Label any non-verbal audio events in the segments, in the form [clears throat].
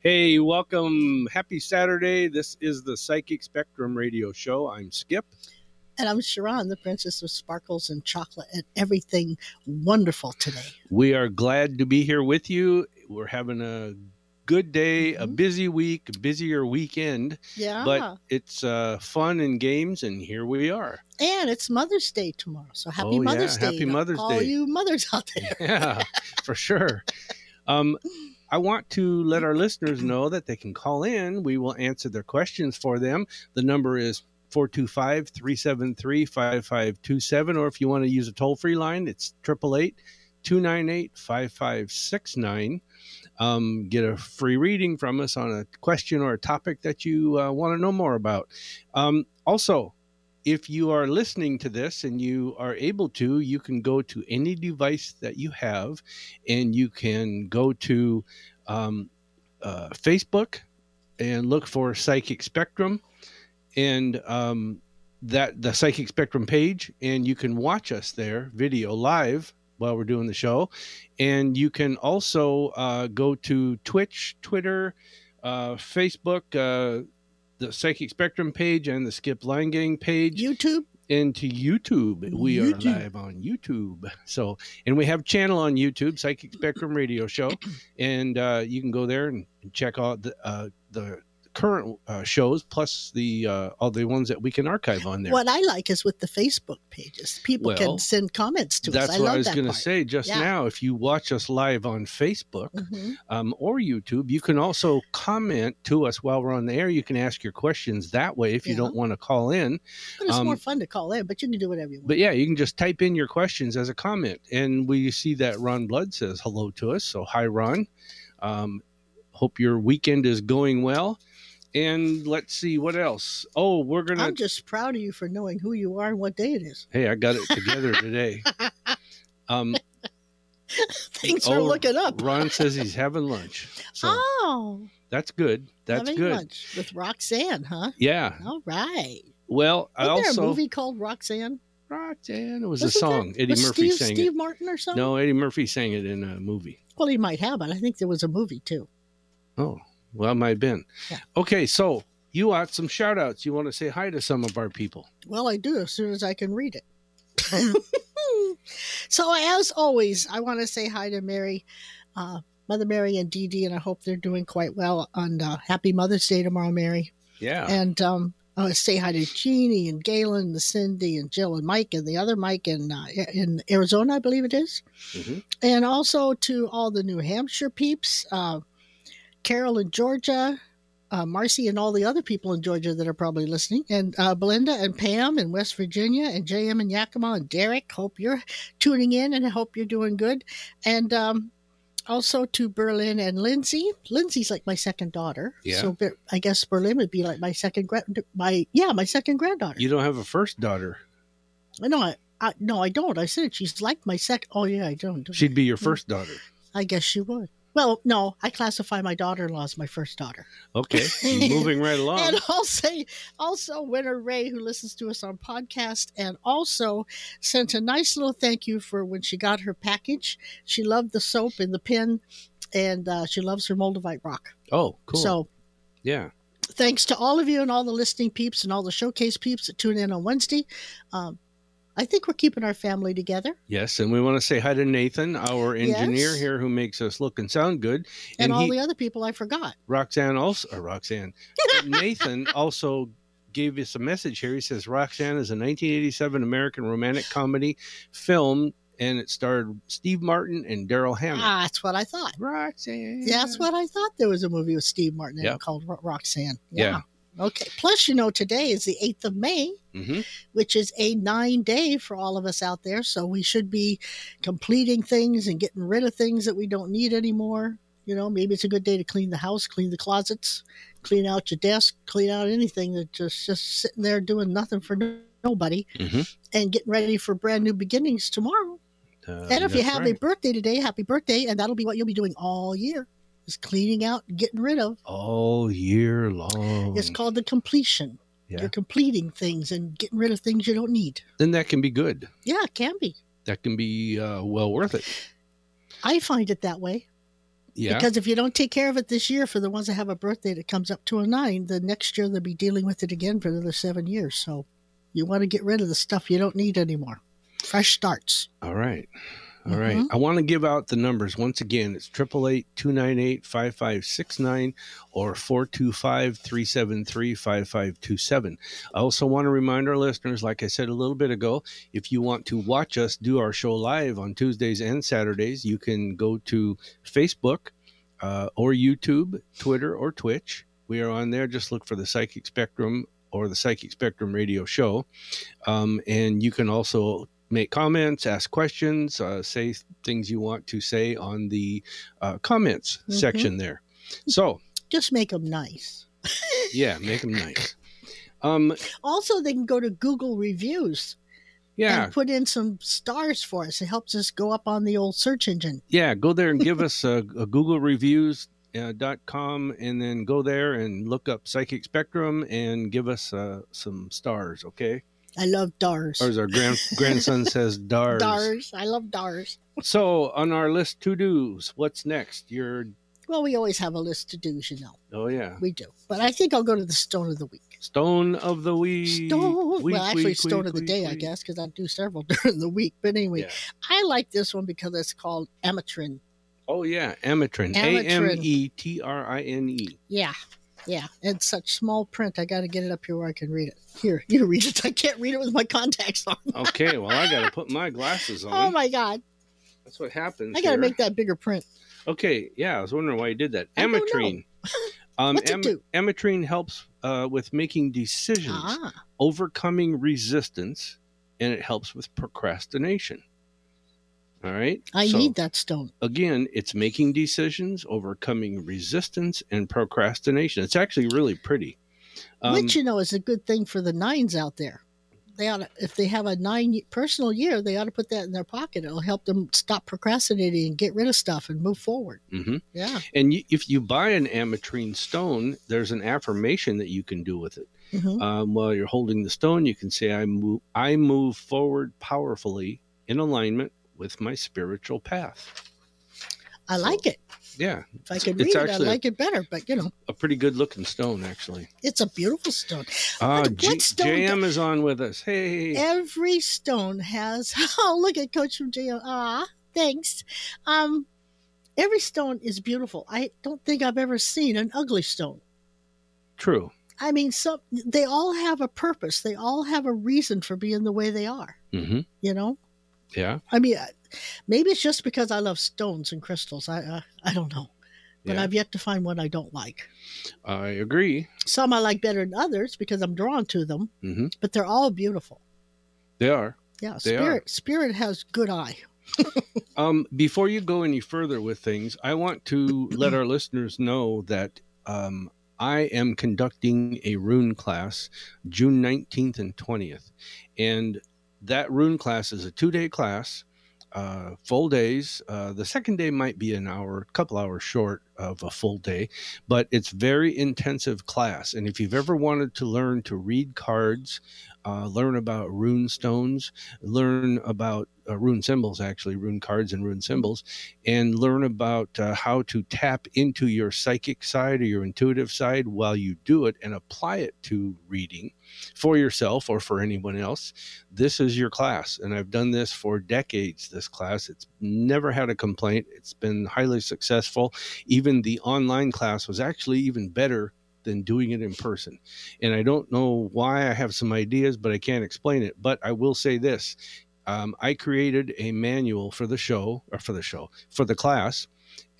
Hey, welcome. Happy Saturday. This is the Psychic Spectrum Radio Show. I'm Skip. And I'm Sharon, the princess of sparkles and chocolate and everything wonderful today. We are glad to be here with you. We're having a good day, a Mhm. busy week, a busier weekend, Yeah. but it's uh, fun and games, and here we are. and it's Mother's Day tomorrow. So happy Oh, yeah. Mother's Day. Happy to Mother's all Day. you mothers out [laughs] there. Yeah, for sure. Um, I want to let our listeners know that they can call in. We will answer their questions for them. The number is 425 373 5527. Or if you want to use a toll free line, it's 888 298 5569. Um, get a free reading from us on a question or a topic that you uh, want to know more about. Um, also, if you are listening to this and you are able to, you can go to any device that you have and you can go to um, uh, Facebook and look for Psychic Spectrum and um, that the Psychic Spectrum page, and you can watch us there video live while we're doing the show, and you can also uh, go to Twitch, Twitter, uh, Facebook. Uh, the Psychic Spectrum page and the Skip Line Gang page YouTube. into YouTube. We YouTube. are live on YouTube. So, and we have a channel on YouTube, Psychic Spectrum Radio Show, and uh, you can go there and check out the uh, the current uh, shows plus the uh, all the ones that we can archive on there. What I like is with the Facebook pages, people Well, can send comments to That's us. I what love I was that going to part. say just Yeah. now. If you watch us live on Facebook Mhm. um, or YouTube, you can also comment to us while we're on the air. You can ask your questions that way if you Yeah. don't want to call in. But it's Um, more fun to call in, but you can do whatever you want. But yeah, you can just type in your questions as a comment, and we see that Ron Blood says hello to us. So hi, Ron. Um, hope your weekend is going well. And let's see what else. Oh, we're gonna. I'm just proud of you for knowing who you are and what day it is. [laughs] hey, I got it together today. Um, Things are Oh, looking up. Ron says he's having lunch, so oh, that's good. That's having good. lunch with Roxanne, huh? Yeah. All right. Well, I Isn't also there a movie called Roxanne? Roxanne. It was a Wasn't there- song. Eddie Was Murphy Steve, sang Steve it. Martin or something? No, Eddie Murphy sang it in a movie. Well, he might have, but I think there was a movie too. Oh, well, it might have been. Yeah. Okay, so you want some shout outs. You want to say hi to some of our people. Well, I do as soon as I can read it. [laughs] so, as always, I want to say hi to Mary, uh, Mother Mary, and Dee Dee, and I hope they're doing quite well. And uh, happy Mother's Day tomorrow, Mary. Yeah. And um, I want to say hi to Jeannie and Galen and Cindy and Jill and Mike and the other Mike in uh, in Arizona, I believe it is. Mhm. And also to all the New Hampshire peeps, uh, Carol in Georgia, uh, Marcy and all the other people in Georgia that are probably listening, and uh, Belinda and Pam in West Virginia, and JM in Yakima, and Derek. Hope you're tuning in and I hope you're doing good. And um, also to Berlin and Lindsay. Lindsay's like my second daughter. Yeah. So Ber- I guess Berlin would be like my second grand, my yeah, my second granddaughter. You don't have a first daughter. no, I, I no, I don't. I said she's like my second. Oh yeah, I don't. do I? She'd be your first daughter. I guess she would. Well, no, I classify my daughter-in-law as my first daughter. [laughs] Okay. Moving right along. And [laughs] I'll say also Winter Ray, who listens to us on podcast, and also sent a nice little thank you for when she got her package. She loved the soap and the pin, and uh, she loves her Moldavite rock. Oh, cool. So yeah. thanks to all of you and all the listening peeps and all the showcase peeps that tune in on Wednesday. Um, I think we're keeping our family together. Yes. And we want to say hi to Nathan, our engineer Yes. here who makes us look and sound good. And, all he, the other people I forgot. Roxanne also, or [laughs] Roxanne, Nathan also gave us a message here. He says Roxanne is a 1987 American romantic comedy film, and it starred Steve Martin and Daryl Hannah. Ah, that's what I thought. Roxanne. That's what I thought. There was a movie with Steve Martin in it Yeah. called Ro- Roxanne. Yeah. Okay. Plus, you know, today is the 8th of May, hmm which is a nine day for all of us out there. So we should be completing things and getting rid of things that we don't need anymore. You know, maybe it's a good day to clean the house, clean the closets, clean out your desk, clean out anything that's just, just sitting there doing nothing for no- nobody mm-hmm. and getting ready for brand new beginnings tomorrow. Uh, And if you have a birthday today, happy birthday. And that'll be what you'll be doing all year is cleaning out, and getting rid of. all year long, It's called the completion. Mm. Yeah. You're completing things and getting rid of things you don't need. then that can be good. Yeah, it can be. That can be uh, well worth it. I find it that way. Yeah. Because if you don't take care of it this year for the ones that have a birthday that comes up to a nine, the next year they'll be dealing with it again for another seven years. So you want to get rid of the stuff you don't need anymore. Fresh starts. All right. All right. Mhm. I want to give out the numbers once again. It's 888 298 5569 or 425 373 5527. I also want to remind our listeners, like I said a little bit ago, if you want to watch us do our show live on Tuesdays and Saturdays, you can go to Facebook uh, or YouTube, Twitter, or Twitch. We are on there. Just look for the Psychic Spectrum or the Psychic Spectrum Radio Show. Um, and you can also make comments, ask questions, uh, say things you want to say on the uh, comments Mhm. section there. So, Just make them nice. yeah, make them nice. Um, Also, they can go to Google reviews yeah, and put in some stars for us. It helps us go up on the old search engine. yeah, go there and give us a, a Google reviews. Uh, dot com and then go there and look up psychic spectrum and give us uh, some stars okay I love DARS. or as our grand, grandson says dars. DARS. I love DARS. so on our list to do's what's next you're Well, we always have a list to do's, you know. oh yeah We do. But I think I'll go to the stone of the week. stone of the week Stone. Week, well, actually, week, stone week, of the week, day, I week. guess, because I do several [laughs] during the week. But anyway, Yeah. I like this one because it's called Amatrin. Oh yeah, ametrin. A M Ametrin. E T R I N E. Yeah. Yeah. And such small print. I got to get it up here where I can read it. Here, you read it. [laughs] I can't read it with my contacts on. Okay, well I gotta put my glasses on. Oh, my God. That's what happens. I got to here. make that bigger print. Okay, yeah, I was wondering why you did that. I don't know. [laughs] Ametrine. Um, What's it am- do? ametrine helps uh, with making decisions, Ah. overcoming resistance, and it helps with procrastination. All right. I so, need that stone. Again, it's making decisions, overcoming resistance, and procrastination. It's actually really pretty. Um, Which you know is a good thing for the nines out there. They ought to, if they have a nine personal year, they ought to put that in their pocket. It'll help them stop procrastinating and get rid of stuff and move forward. mhm. Yeah. And you, if you buy an ametrine stone, there's an affirmation that you can do with it. Mhm. Um, while you're holding the stone, you can say, "I move, I move forward powerfully in alignment with my spiritual path." I like it. Yeah, If I could it's read it, I actually- like it better. But you know, a pretty good looking stone, actually. it's a beautiful stone. Ah, What- J- what stone JM is on with us. Hey, Every stone has. [laughs] Oh, look at Coach from JM. Ah, thanks. Um, every stone is beautiful. I don't think I've ever seen an ugly stone. true. I mean, some they all have a purpose. They all have a reason for being the way they are. hmm You know, Yeah, I mean, I- maybe it's just because I love stones and crystals. I uh, I don't know, but Yeah. I've yet to find one I don't like. I agree. Some I like better than others because I'm drawn to them, hmm but they're all beautiful. They are. Yeah, They are. spirit spirit has good eye. Um, before you go any further with things, I want to let our listeners know that um, I am conducting a rune class June 19th and 20th. And that rune class is a two day class, uh, full days. Uh, the second day might be an hour, couple hours short of a full day, but it's very intensive class. And if you've ever wanted to learn to read cards, uh, learn about rune stones, learn about uh, rune symbols, actually, rune cards and rune symbols, and learn about uh, how to tap into your psychic side or your intuitive side while you do it and apply it to reading for yourself or for anyone else. This is your class. And I've done this for decades, this class. It's never had a complaint, it's been highly successful. Even the online class was actually even better. Than doing it in person. And I don't know why I have some ideas, but I can't explain it. But I will say this um, I created a manual for the show or for the show for the class,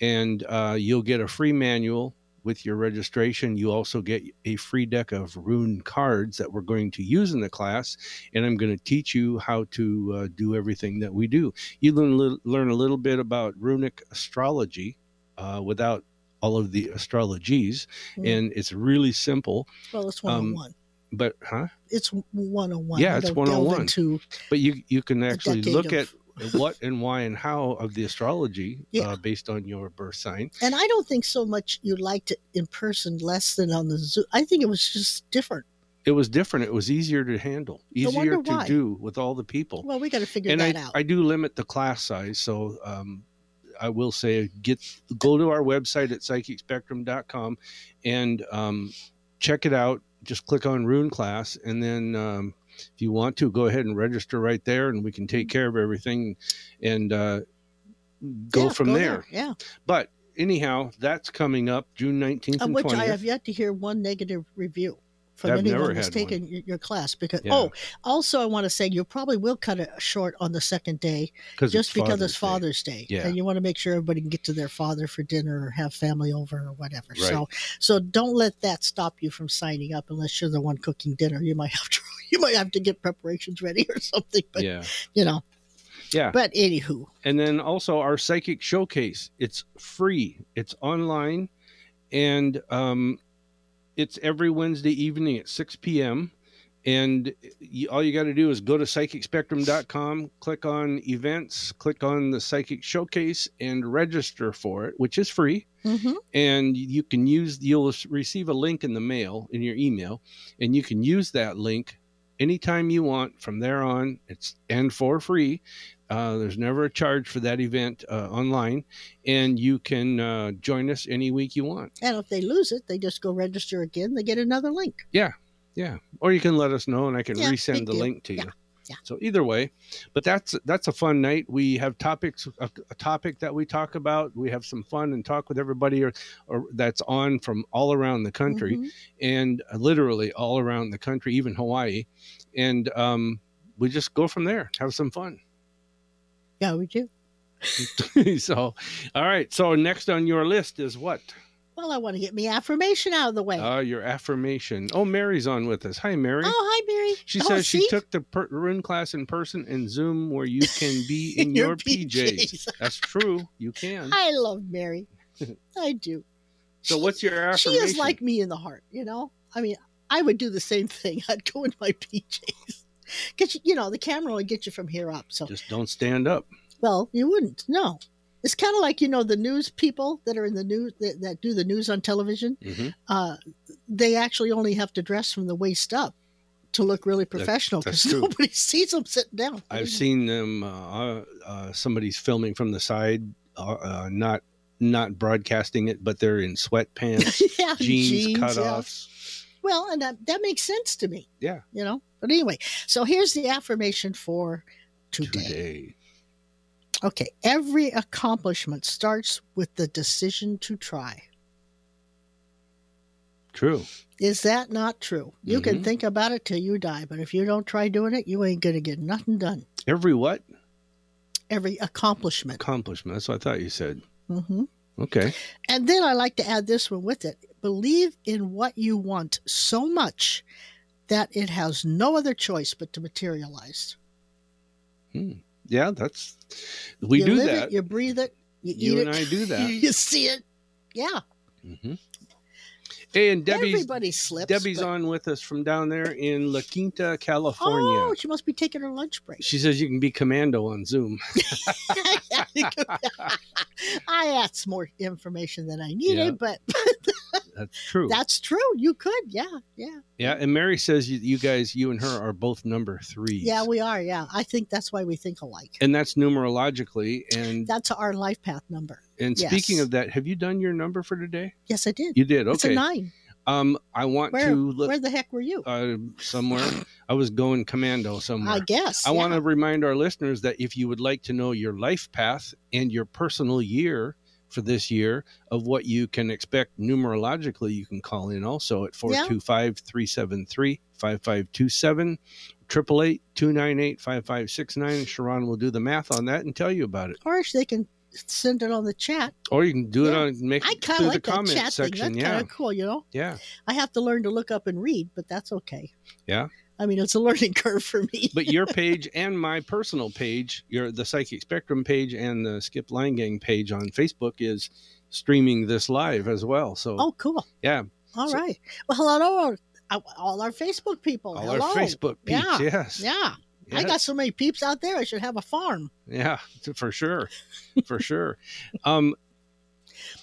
and uh, you'll get a free manual with your registration. You also get a free deck of rune cards that we're going to use in the class, and I'm going to teach you how to uh, do everything that we do. You learn a little, learn a little bit about runic astrology uh, without all of the astrologies, Hmm. and it's really simple. Well, it's one on Um, one. But huh? It's one on one. Yeah, it's oh one-on-one. To But you you can actually look at of, [laughs] what and why and how of the astrology Yeah. uh, based on your birth sign. and I don't think so much you liked it in person less than on the zoo. I think it was just different. It was different. It was easier to handle, easier wonder to why. do with all the people. Well, we got to figure and that I, out. I do limit the class size, so um, I will say get go to our website at psychicspectrum.com and um, check it out. Just click on Rune Class, and then um, if you want to, go ahead and register right there, and we can Mm-hmm. take care of everything and uh, go Yeah, from there. Yeah. But anyhow, that's coming up June nineteenth Of and which I twentieth. have yet to hear one negative review from I've never anyone who's had taken y- your class. Because Yeah. oh, also I want to say you probably will cut it short on the second day, just because it's Father's Day, Yeah. and you want to make sure everybody can get to their father for dinner or have family over or whatever. Right. So, so don't let that stop you from signing up unless you're the one cooking dinner. You might have to [laughs] you might have to get preparations ready or something. But Yeah. you know, Yeah. But anywho, and then also our psychic showcase it's free it's online and um, it's every wednesday evening at 6 p.m and you, all you got to do is go to psychicspectrum.com click on events click on the psychic showcase and register for it which is free hmm and you can use you'll receive a link in the mail in your email and you can use that link anytime you want from there on it's and for free uh, there's never a charge for that event uh, online and you can uh, join us any week you want and if they lose it, they just go register again. They get another link. yeah or you can let us know and i can Yeah, resend big the deal. link to you Yeah, yeah. so either way but that's that's a fun night we have topics a, a topic that we talk about we have some fun and talk with everybody or, or that's on from all around the country Mhm. and uh, literally all around the country, even Hawaii. And um, we just go from there, have some fun. [laughs] Yeah, we do. so, all right. So, next on your list is what? Well, I want to get me affirmation out of the way. Uh, your affirmation. Oh, Mary's on with us. Hi, Mary. oh, hi, Mary. She oh, says she [laughs] see? took the per- rune class in person and Zoom where [laughs] you can be in your, PJs. That's true. You can. I love [laughs] Mary. I do. So, what's your She affirmation? is like me in the heart, you know? I mean, I would do the same thing. [laughs] I'd go in my PJs. Because, you know, the camera will get you from here up. So, just don't stand up. well, you wouldn't. No. It's kind of like, you know, the news people that are in the news that, that do the news on television. Mhm. Uh, they actually only have to dress from the waist up to look really professional that's because true. nobody [laughs] sees them sitting down. [laughs] I've seen them. Uh, uh, somebody's filming from the side, uh, uh, not not broadcasting it, but they're in [laughs] sweatpants, yeah, jeans, jeans, yeah. cutoffs. Well, and that, that makes sense to me. Yeah. You know, but anyway, so here's the affirmation for today. Today, Okay. Every accomplishment starts with the decision to try. true. Is that not true? You can Mhm. think about it till you die, but if you don't try doing it, you ain't going to get nothing done. Every what Every accomplishment. accomplishment? That's what I thought you said. hmm Okay, And then I like to add this one with it believe in what you want so much that it has no other choice but to materialize. yeah, that's we you do live that. it, you breathe it, you, you eat and it, I do that. [laughs] you see it. Yeah. hmm Hey, and Debbie's Everybody slips. Debbie's but- on with us from down there in La Quinta, California. Oh, she must be taking her lunch break. She says you can be commando on Zoom. [laughs] I asked some more information than I needed, Yeah. but That's true. that's true. You could, yeah, yeah, Yeah, and Mary says you, you guys, you and her are both number three. yeah. We are, yeah. I think that's why we think alike. and that's numerologically. And That's our life path number. and yes. speaking of that, have you done your number for today? Yes, I did. You did. It's a Okay. nine. Um, I want Where- to look Where the heck were you? uh, somewhere. I was going commando somewhere. I guess. um, I yeah. want to remind our listeners that if you would like to know your life path and your personal year for this year of what you can expect numerologically, you can call in also at 425 373 5527. 888 298 5569. Sharon will do the math on that and tell you about it. Or they can send it on the chat. Or you can do Yeah. it on make I it kind through of the like that comment chat section. thing. That's Yeah. kind of cool, you know. Yeah. I have to learn to look up and read, but that's okay. Yeah. I mean, it's a learning [laughs] curve for me. But your page and my personal page, your the Psychic Spectrum page and the Skip Line Gang page on Facebook is streaming this live as well. So Oh, cool. Yeah. All right. So- Well, hello, uh, all our Facebook people. All hello. our Facebook peeps, Yeah. yes. Yeah. I Yes. got so many peeps out there. I should have a farm. yeah, t- for sure. For sure. Um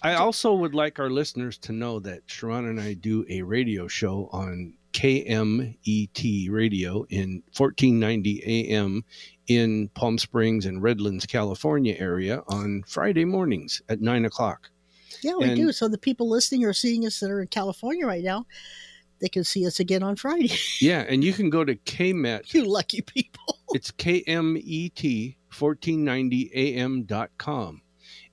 I also would like our listeners to know that Sharon and I do a radio show on KMET radio in 1490 AM in Palm Springs and Redlands, California area on Friday mornings at nine o'clock. Yeah, we And- do. So the people listening or seeing us that are in California right now, they can see us again on Friday. [laughs] Yeah, and you can go to E KMET you lucky people. It's E KMET 1490AM.com.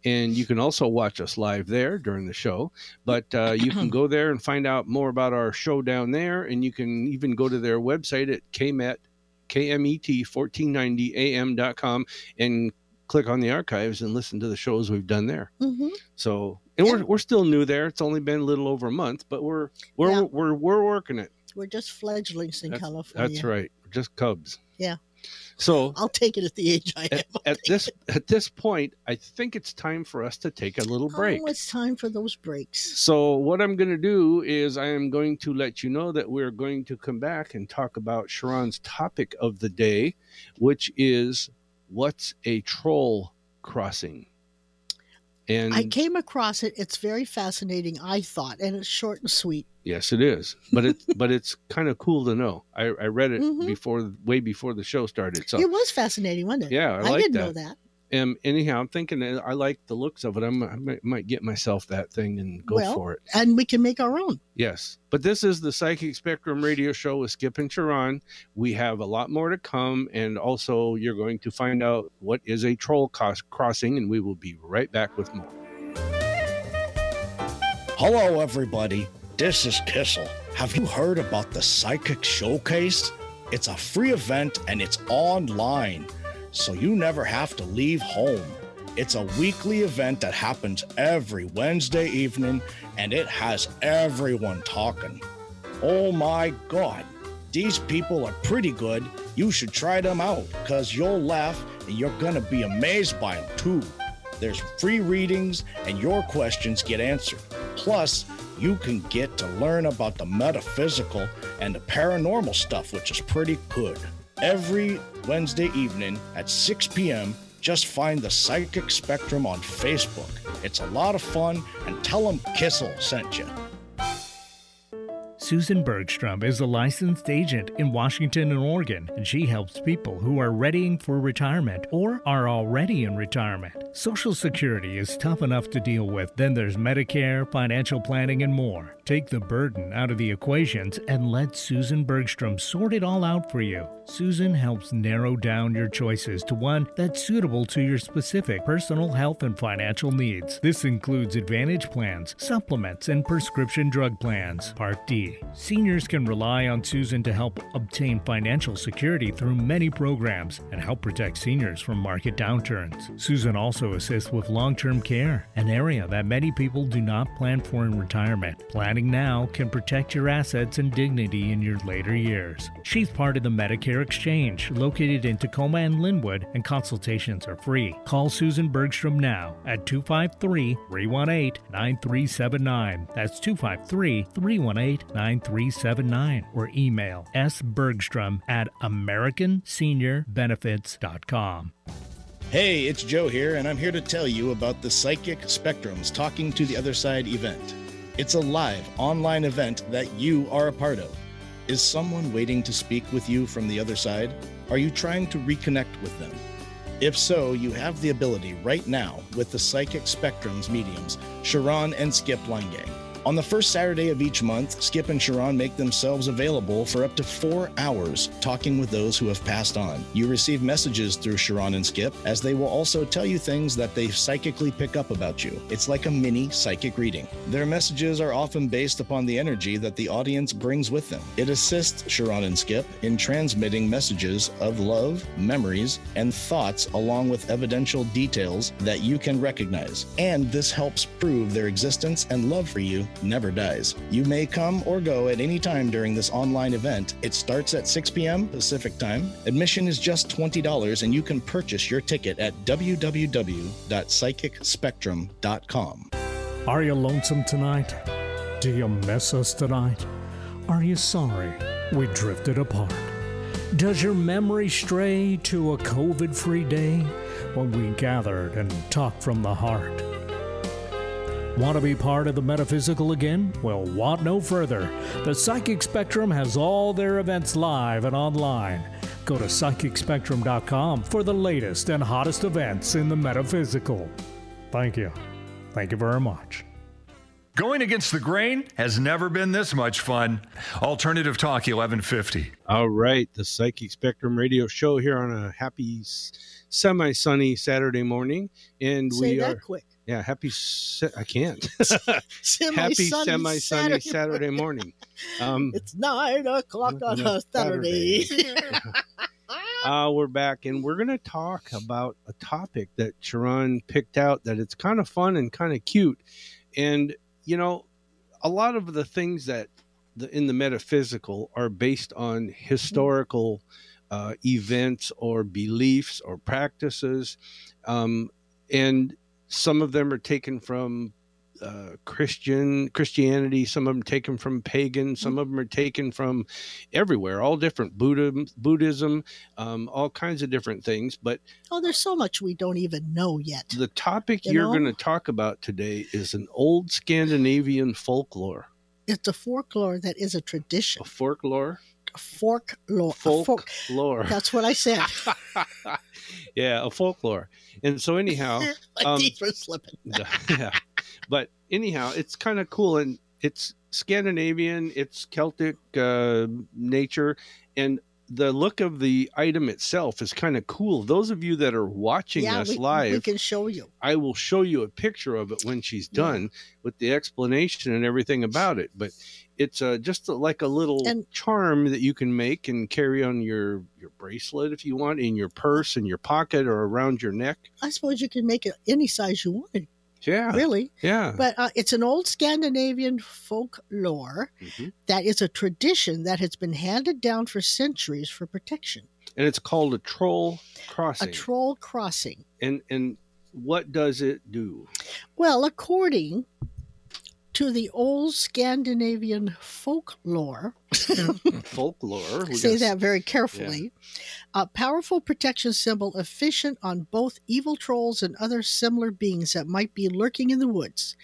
And you can also watch us live there during the show. But uh, you [clears throat] can go there and find out more about our show down there. And you can even go to their website at E KMET, E KMET1490AM.com and click on the archives and listen to the shows we've done there. hmm So, and we're, we're still new there. It's only been a little over a month, but we're we're Yeah. we're, we're working it. We're just fledglings in California. That's right. We're just cubs. Yeah. So I'll take it at the age I am. at this at this point, I think it's time for us to take a little break. Oh, it's time for those breaks. So what I'm going to do is I am going to let you know that we're going to come back and talk about Sharon's topic of the day, which is what's a troll crossing. And I came across it. It's very fascinating, I thought, and it's short and sweet. yes, it is, but it but [laughs] it's kind of cool to know. I, I read it Mhm. before way before the show started. So it was fascinating, wasn't it? yeah, I, I, like didn't that. know that. Um, anyhow, I'm thinking that I like the looks of it. I'm, I might, might get myself that thing and go Well, for it. And we can make our own. Yes. But this is the Psychic Spectrum radio show with Skip and Sharon. We have a lot more to come. And also, you're going to find out what is a troll cos- crossing. And we will be right back with more. Hello, everybody. This is Kissel. Have you heard about the Psychic Showcase? It's a free event and it's online, so you never have to leave home. It's a weekly event that happens every Wednesday evening and it has everyone talking. Oh my God, these people are pretty good. You should try them out because you'll laugh and you're going to be amazed by them too. There's free readings and your questions get answered. Plus, you can get to learn about the metaphysical and the paranormal stuff, which is pretty good. Every Wednesday evening at 6 p.m., just find the Psychic Spectrum on Facebook. It's a lot of fun, and tell them Kissel sent you. Susan Bergstrom is a licensed agent in Washington and Oregon, and she helps people who are readying for retirement or are already in retirement. Social Security is tough enough to deal with, then there's Medicare, financial planning, and more. Take the burden out of the equations and let Susan Bergstrom sort it all out for you. Susan helps narrow down your choices to one that's suitable to your specific personal health and financial needs. This includes Advantage plans, supplements, and prescription drug plans. Part D. Seniors can rely on Susan to help obtain financial security through many programs and help protect seniors from market downturns. Susan also assists with long term care, an area that many people do not plan for in retirement. Planning now can protect your assets and dignity in your later years. She's part of the Medicare Exchange, located in Tacoma and Linwood, and consultations are free. Call Susan Bergstrom now at 253 318 9379. That's 253 318 9379. Or email sbergstrom at americanseniorbenefits.com. Hey, it's Joe here, and I'm here to tell you about the Psychic Spectrum's Talking to the Other Side event. It's a live online event that you are a part of. Is someone waiting to speak with you from the other side? Are you trying to reconnect with them? If so, you have the ability right now with the Psychic Spectrum's mediums, Sharon and Skip Lungang. On the first Saturday of each month, Skip and Sharon make themselves available for up to four hours talking with those who have passed on. You receive messages through Sharon and Skip, as they will also tell you things that they psychically pick up about you. It's like a mini psychic reading. Their messages are often based upon the energy that the audience brings with them. It assists Sharon and Skip in transmitting messages of love, memories, and thoughts, along with evidential details that you can recognize. And this helps prove their existence and love for you never dies. You may come or go at any time during this online event. It starts at 6 p.m. Pacific time. Admission is just $20, and you can purchase your ticket at www.psychicspectrum.com. Are you lonesome tonight? Do you miss us tonight? Are you sorry we drifted apart? Does your memory stray to a COVID free day when we gathered and talked from the heart? Want to be part of the metaphysical again? Well, want no further. The Psychic Spectrum has all their events live and online. Go to psychicspectrum.com for the latest and hottest events in the metaphysical. Thank you. Thank you very much. Going against the grain has never been this much fun. Alternative Talk 1150. All right, the Psychic Spectrum Radio Show here on a happy, semi sunny Saturday morning, and Say we that are quick. yeah happy. Se- I can't [laughs] Semi-sunny happy semi sunny Saturday. Saturday morning. Um, It's nine o'clock on On a a Saturday. Uh, we're back, and we're going to talk about a topic that Sharon picked out that it's kind of fun and kind of cute. And, you know, a lot of the things that the, in the metaphysical are based on historical uh, events or beliefs or practices. Um, and some of them are taken from uh, Christian Christianity, some of them taken from pagan, some of them are taken from everywhere, all different Buddha, Buddhism, um, all kinds of different things. But [laughs] oh, there's so much we don't even know yet. the topic You you are know? going to talk about today is an old Scandinavian folklore. It's a folklore that is a tradition. A folklore? Folklore. a folk- Folklore. That's what [laughs] I said. yeah, a folklore. And so, [laughs] anyhow, My Um, teeth were slipping. yeah. But anyhow, it's kind of cool and it's Scandinavian, it's Celtic uh, nature, and the look of the item itself is kind of cool. Those of you that are watching yeah, us we, live, we can show you. I will show you a picture of it when she's Yeah. done with the explanation and everything about it. But it's uh, just like a little And- charm that you can make and carry on your your bracelet if you want, in your purse, in your pocket, or around your neck. I suppose you can make it any size you want, Yeah, really. yeah. But uh, it's an old Scandinavian folklore Mhm. that is a tradition that has been handed down for centuries for protection. And it's called a troll A crossing. troll crossing. and and what does it do? Well, according to the old Scandinavian folklore, Folklore. we say guess. that very carefully, a powerful protection symbol efficient on both evil trolls and other similar beings that might be lurking in the woods.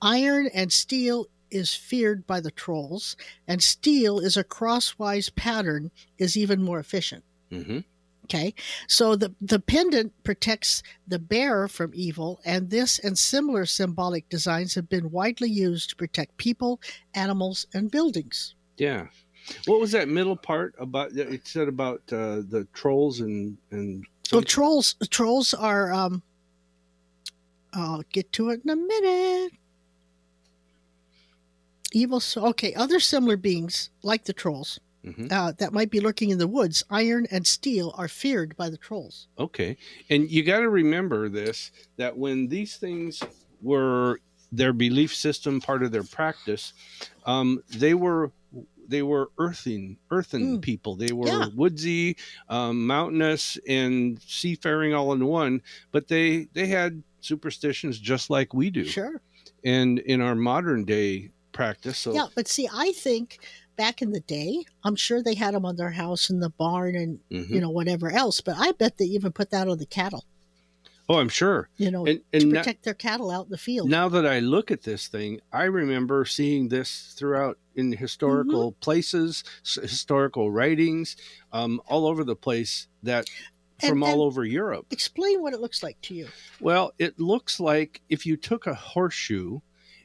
Iron and steel is feared by the trolls, and steel is a crosswise pattern is even more efficient. Mhm. Okay. So the, the pendant protects the bearer from evil, and this and similar symbolic designs have been widely used to protect people, animals, and buildings. Yeah. What was that middle part about? It said about uh, the trolls and and Well, trolls trolls are. Um, I'll get to it in a minute. Evil. so- Okay, other similar beings like the trolls Mhm. uh, that might be lurking in the woods, iron and steel are feared by the trolls. Okay. And you got to remember this that when these things were their belief system, part of their practice, um, they were they were earthen earthen Mm. people. They were Yeah. woodsy, um, mountainous, and seafaring all in one. But they they had superstitions just like we do, Sure. and in our modern day practice. So Yeah, but see, I think back in the day, I'm sure they had them on their house in the barn and mhm. you know whatever else. But I bet they even put that on the cattle. oh, I'm sure. You know, And to and that- protect their cattle out in the field. Now that I look at this thing, I remember seeing this throughout in historical Mm-hmm. places, s- historical writings, um, all over the place. That And- from and- all over Europe. Explain what it looks like to you. Well, it looks like if you took a horseshoe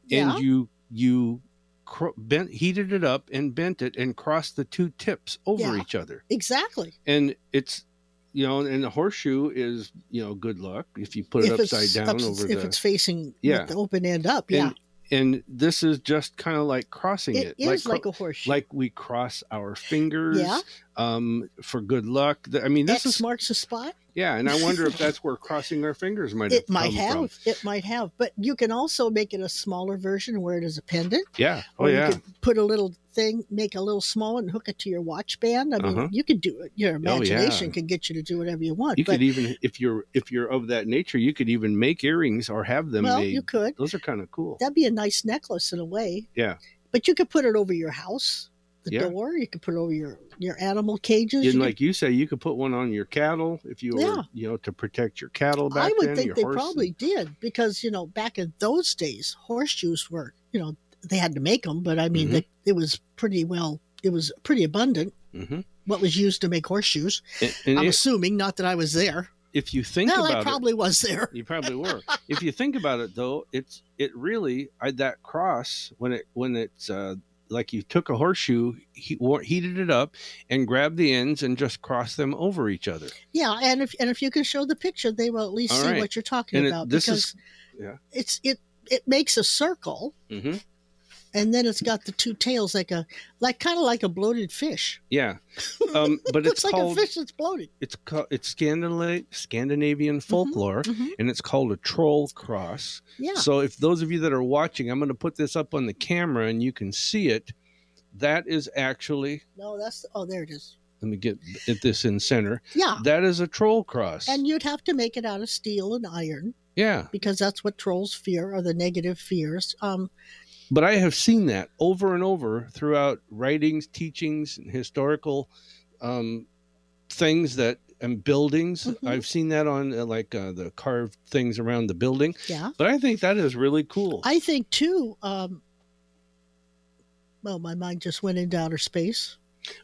Yeah. and you you cro- bent heated it up and bent it and crossed the two tips over Yeah. each other, Exactly. and it's you know, and the horseshoe is you know good luck if you put it upside down ups- over if the it's facing Yeah. with the open end up, yeah, and this is just kind of like crossing it, it is cro- like, a horseshoe. like we cross our fingers Yeah. um, for good luck. Th- I mean, this X is marks a spot. yeah, and I [laughs] wonder if that's where crossing our fingers might have It might come have. from. It might have. But you can also make it a smaller version where it is a pendant. Yeah, oh or yeah, You could put a little thing, make a little small, and hook it to your watch band. I mean, Uh-huh. Oh, you could do it. Your yeah. imagination can get you to do whatever you want. you but could even if you're if you're of that nature, you could even make earrings or have them well, made. you could. Those are kind of cool. That'd be a nice necklace in a way. Yeah. But you could put it over your house. the Yeah. door. You could put it over your your animal cages. And You like you say, you could put one on your cattle if you were, Yeah. you know, to protect your cattle could- back I would then. think your they horses. probably did because you know back in those days, horseshoes were you know they had to make them, but I mean Mhm. they- it was pretty well. It was pretty abundant. Mhm. What was used to make horseshoes? And, and I'm if, assuming not that I was there. if you think Well, I about probably was there. it, you probably were. if you think about it, though, it's it really I, that cross when it when it's uh, like you took a horseshoe, he, wa- heated it up, and grabbed the ends and just crossed them over each other. Yeah, and if and if you can show the picture, they will at least All see right. what you're talking And it- about this because is- yeah. it's it it makes a circle Mm-hmm. and then it's got the two tails like a like kind of like a bloated fish. [laughs] Yeah, um, but it's Looks like called a fish that's bloated. it's called it's Scandinavian Scandinavian folklore, mhm. and it's called a troll cross. Yeah. So if those of you that are watching, I'm going to put this up on the camera and you can see it. That is actually, No, that's oh there it is. let me get at this in center. Yeah. That is a troll cross. And you'd have to make it out of steel and iron yeah. because that's what trolls fear or the negative fears. Um But I have seen that over and over throughout writings, teachings, and historical um, things that and buildings. Mhm. I've seen that on uh, like uh, the carved things around the building. yeah. But I think that is really cool. I think too, um well, my mind just went into outer space.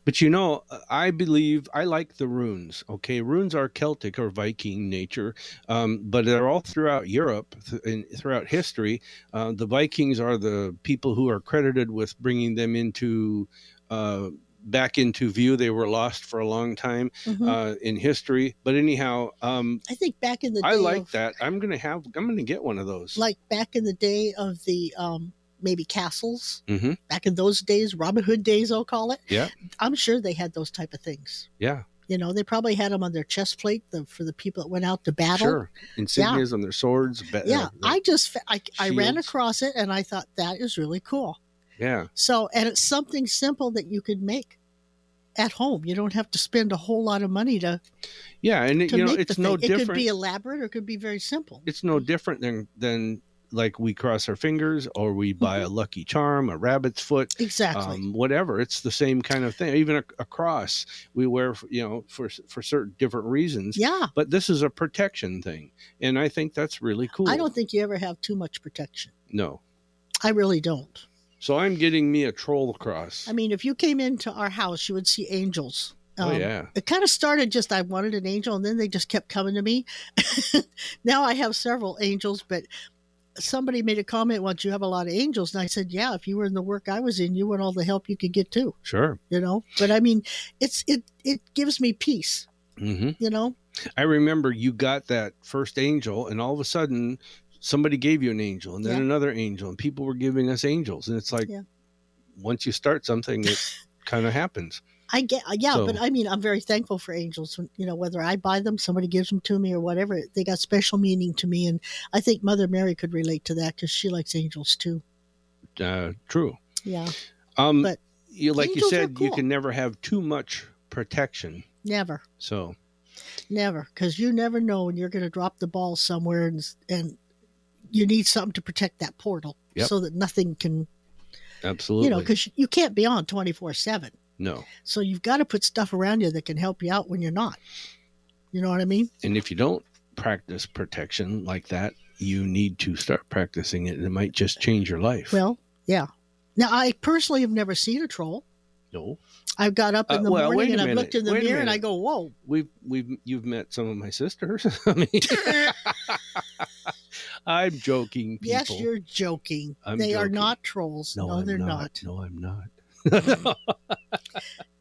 But you know, I believe I like the runes. Okay, runes are Celtic or Viking nature, um, but they're all throughout Europe th- and throughout history. Uh, the Vikings are the people who are credited with bringing them into uh, back into view. They were lost for a long time Mhm. uh, in history, but anyhow, um, I think back in the day I like of- that. I'm gonna have. I'm gonna get one of those. like back in the day of the um maybe castles hmm back in those days robin hood days i'll call it Yeah. i'm sure they had those type of things Yeah, you know they probably had them on their chest plate the, for the people that went out to battle sure. Insignias on their swords. ba- yeah uh, i just fa- I, I ran Shields. across it and i thought that is really cool yeah. so and it's something simple that you could make at home you don't have to spend a whole lot of money to, Yeah, and it- to you know make the it's thing no it different. could be elaborate or it could be very simple it's no different than than like we cross our fingers or we buy a lucky charm, a rabbit's foot, Mm-hmm. exactly um, whatever. It's the same kind of thing. Even a, a cross we wear, f- you know, for s- for certain different reasons. yeah But this is a protection thing, and I think that's really cool. i don't think you ever have too much protection no. i really don't So I'm getting me a troll cross. I mean, if you came into our house, you would see angels. Um, Oh, yeah. It kind of started just I wanted an angel, and then they just kept coming to me. [laughs] now I have several angels, but somebody made a comment once you have a lot of angels, and I said, yeah, if you were in the work I was in, you want all the help you could get too, sure. you know. But I mean, it's it it gives me peace, hmm you know. I remember you got that first angel, and all of a sudden, somebody gave you an angel, and then Yeah. another angel, and people were giving us angels, and it's like, Yeah. once you start something, [laughs] it kind of happens. I get uh, yeah, So- but I mean, I'm very thankful for angels. You know, whether I buy them, somebody gives them to me, or whatever, they got special meaning to me, and I think Mother Mary could relate to that because she likes angels too. Uh, true. Yeah, Um, But you, like you angels are said, you cool. can never have too much protection. never, So never, because you never know when you're going to drop the ball somewhere, and and you need something to protect that portal Yep. so that nothing can, absolutely, you know, because you can't be on twenty four seven. no. So you've got to put stuff around you that can help you out when you're not. You know what I mean? And if you don't practice protection like that, you need to start practicing it, and it might just change your life. Well, yeah. Now I personally have never seen a troll. no, I've got up in Uh, the well, wait morning a and I've minute. looked in the Wait a mirror and I minute. go, whoa. [laughs] we've we've you've met some of my sisters. [laughs] I mean, I'm joking, people. Yes, you're joking. I'm they are joking. not trolls. No, No, I'm they're not. not. No, I'm not.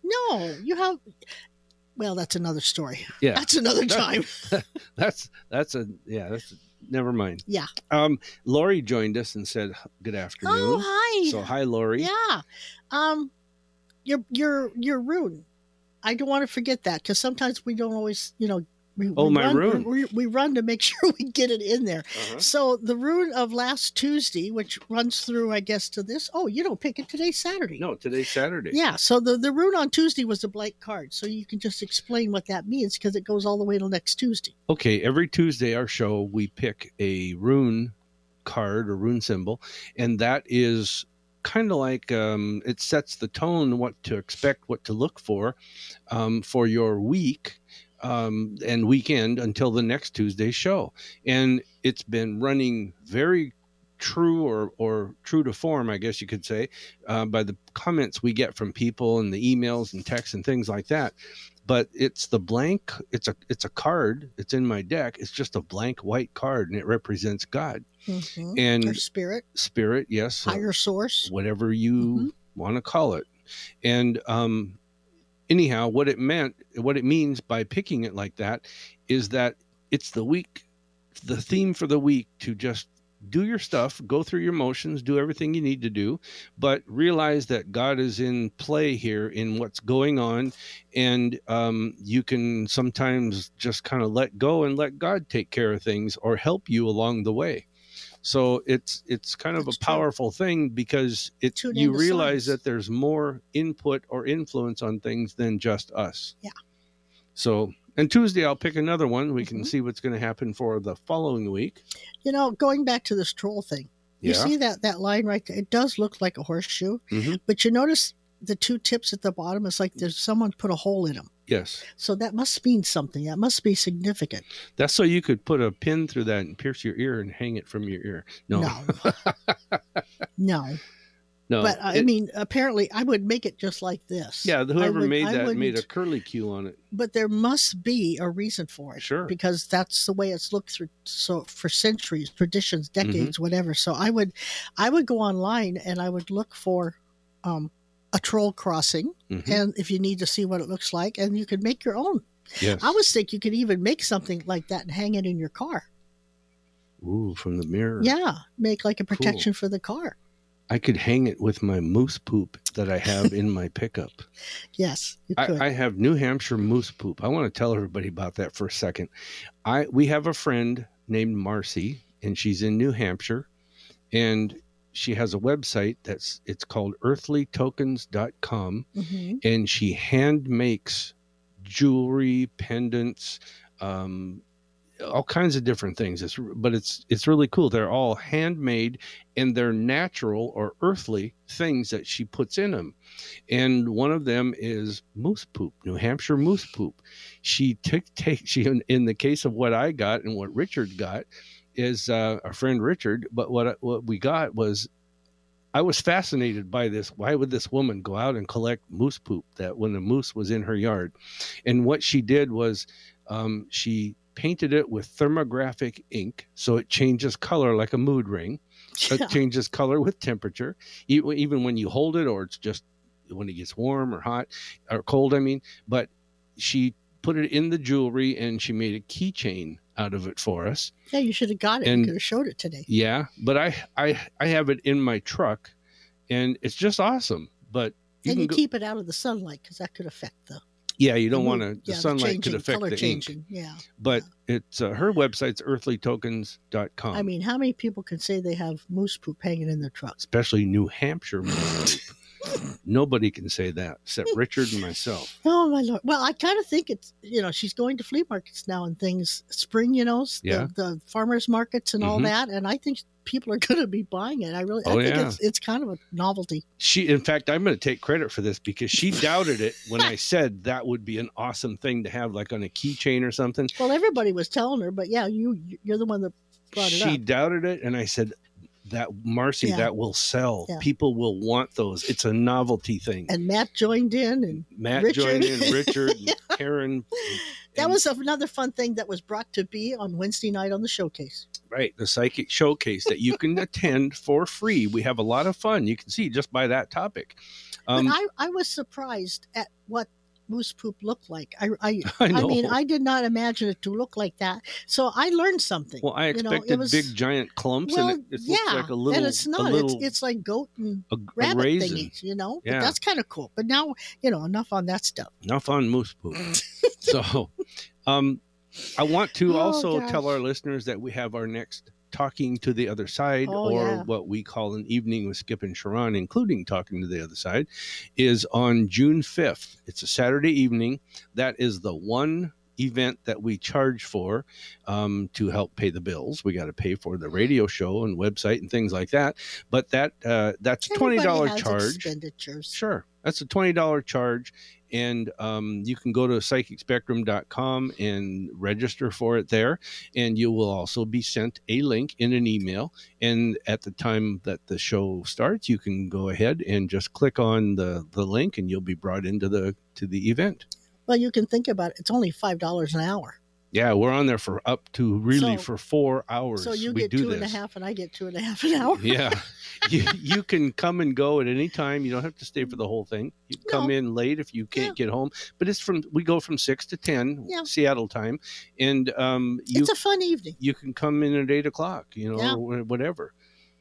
No, you have. Well, that's another story. yeah, That's [laughs] another time. that's that's a yeah. That's never mind. Yeah. Um, Lori joined us and said good afternoon. oh, hi. So hi, Lori. yeah. Um, your your your rune. I don't want to forget that because sometimes we don't always, you know. We, Oh, we my run, rune. We, we run to make [laughs] sure we get it in there. So the rune of last Tuesday, which runs through, I guess, to this. Oh, you don't pick it today, Saturday. No, today's Saturday. Yeah, so the, the rune on Tuesday was a blank card. So you can just explain what that means because it goes all the way till next Tuesday. Okay, every Tuesday our show we pick a rune card or rune symbol, and that is kind of like um, it sets the tone what to expect, what to look for um, for your week um, and weekend until the next Tuesday show. And it's been running very true or, or true to form, I guess you could say, uh, by the comments we get from people and the emails and texts and things like that. But it's the blank. It's a it's a card. It's in my deck. It's just a blank white card, and it represents God Mm-hmm. Mhm. Or and spirit, spirit. Yes, so- higher source. whatever you want to call it. And um, anyhow, what it meant, what it means by picking it like that, is that it's the week, the theme for the week to just do your stuff, go through your motions, do everything you need to do, but realize that God is in play here in what's going on, and um, you can sometimes just kind of let go and let God take care of things or help you along the way. So it's it's kind of That's a true. powerful thing because it Tune you into realize science. that there's more input or influence on things than just us. Yeah. So and Tuesday I'll pick another one. We can Mhm. see what's going to happen for the following week. You know, going back to this troll thing, you see that that line right there. It does look like a horseshoe, Mhm. but you notice the two tips at the bottom. It's like there's someone put a hole in them. Yes. So that must mean something. That must be significant. That's so you could put a pin through that and pierce your ear and hang it from your ear. No. No. no. [laughs] No. but uh, I Uh, It- mean, apparently, I would make it just like this. yeah, I whoever would- made I that made a wouldn't- curly cue on it. But there must be a reason for it. Sure. Because that's the way it's looked through so for centuries, traditions, Mm-hmm. decades, whatever. So I would, I would go online and I would look for, um, a troll crossing, Mhm. and if you need to see what it looks like, and you could make your own. Yes. I was think you could even make something like that and hang it in your car. Ooh, from the mirror. Yeah, make like a protection for the car. I could hang it with my moose poop that I have in my [laughs] pickup. Yes, you could. I, I have New Hampshire moose poop. I want to tell everybody about that for a second. I we have a friend named Marcy, and she's in New Hampshire, and she has a website that's it's called earthlytokens.com Mhm. and she hand makes jewelry, pendants, um, all kinds of different things. It's but it's it's really cool. They're all handmade and they're natural or earthly things that she puts in them. And one of them is moose poop, New Hampshire moose poop. She took take she in, in the case of what I got and what Richard got is uh, our friend Richard. But what I- what we got was I was fascinated by this. Why would this woman go out and collect moose poop that when the moose was in her yard? And what she did was um, she painted it with thermographic ink so it changes color like a mood ring. [laughs] Yeah. It changes color with temperature, e- even when you hold it, or it's just when it gets warm or hot or cold. I mean, but she put it in the jewelry and she made a keychain out of it for us. Yeah, you should have got it. And- you could have showed it today. Yeah, but I I I have it in my truck, and it's just awesome. But you and can you go, keep it out of the sunlight because that could affect the. yeah, you don't the want mood. to. The Yeah, sunlight could changing, affect color the ink. changing. Yeah. But it's uh, her website's earthlytokens.com. I mean, how many people can say they have moose poop hanging in their trucks? especially New Hampshire. moose poop. Nobody can say that [laughs] except Richard and myself. Oh my lord! Well, I kind of think it's you know she's going to flea markets now and things spring, you know, s- the, Yeah. the farmers markets and all Mhm. that, and I think people are [laughs] going to be buying it. I really, I Oh, think yeah. it's it's kind of a novelty. She, in fact, I'm going to take credit for this because she doubted it when I said that would be an awesome thing to have, like on a keychain or something. Well, everybody was telling her, but yeah, you you're the one that brought it she up. doubted it and i said that marcy Yeah. that will sell Yeah. people will want those it's a novelty thing And Matt joined in, and matt Richard. joined [laughs] in richard and karen that and- was another fun thing that was brought to be on Wednesday night on the showcase. right the psychic showcase that you can attend for free we have a lot of fun you can see just by that topic um but I, I was surprised at what moose poop looked like. I, I, [laughs] i, I, know mean, I did not imagine it to look like that. So I learned something. well i you know, it expected was- big giant clumps and it, it looks like a little and it's a not. little it's, it's like goat and a, a rabbit raisin thingies, you know? Yeah. But that's kind of cool. But now, you know, enough on that stuff. enough on moose [laughs] poop. so, um, I want to Oh, also tell gosh. our listeners that we have our next talking to the other side, Oh, or yeah. what we call an evening with Skip and Sharon, including talking to the other side, is on June fifth. It's a Saturday evening. That is the one event that we charge for um, to help pay the bills. We got to pay for the radio show and website and things like that. But that uh, that's a twenty dollar Everybody has charge. Expenditures. Sure, that's a twenty dollar charge, and um, you can go to psychicspectrum.com and register for it there, and you will also be sent a link in an email. And at the time that the show starts, you can go ahead and just click on the the link, and you'll be brought into the to the event. Well, you can think about it. It's only five dollars an hour. Yeah, we're on there for up to really So- for four hours. So you we get do two and a this. half, and I get two and a half an hour. [laughs] yeah, you, you can come and go at any time. You don't have to stay for the whole thing. You can come No. in late if you can't get home. But it's from we go from six to ten Yeah. Seattle time, and um, you it's a fun evening. you can come in at eight o'clock. You know, Yeah. or wh- whatever.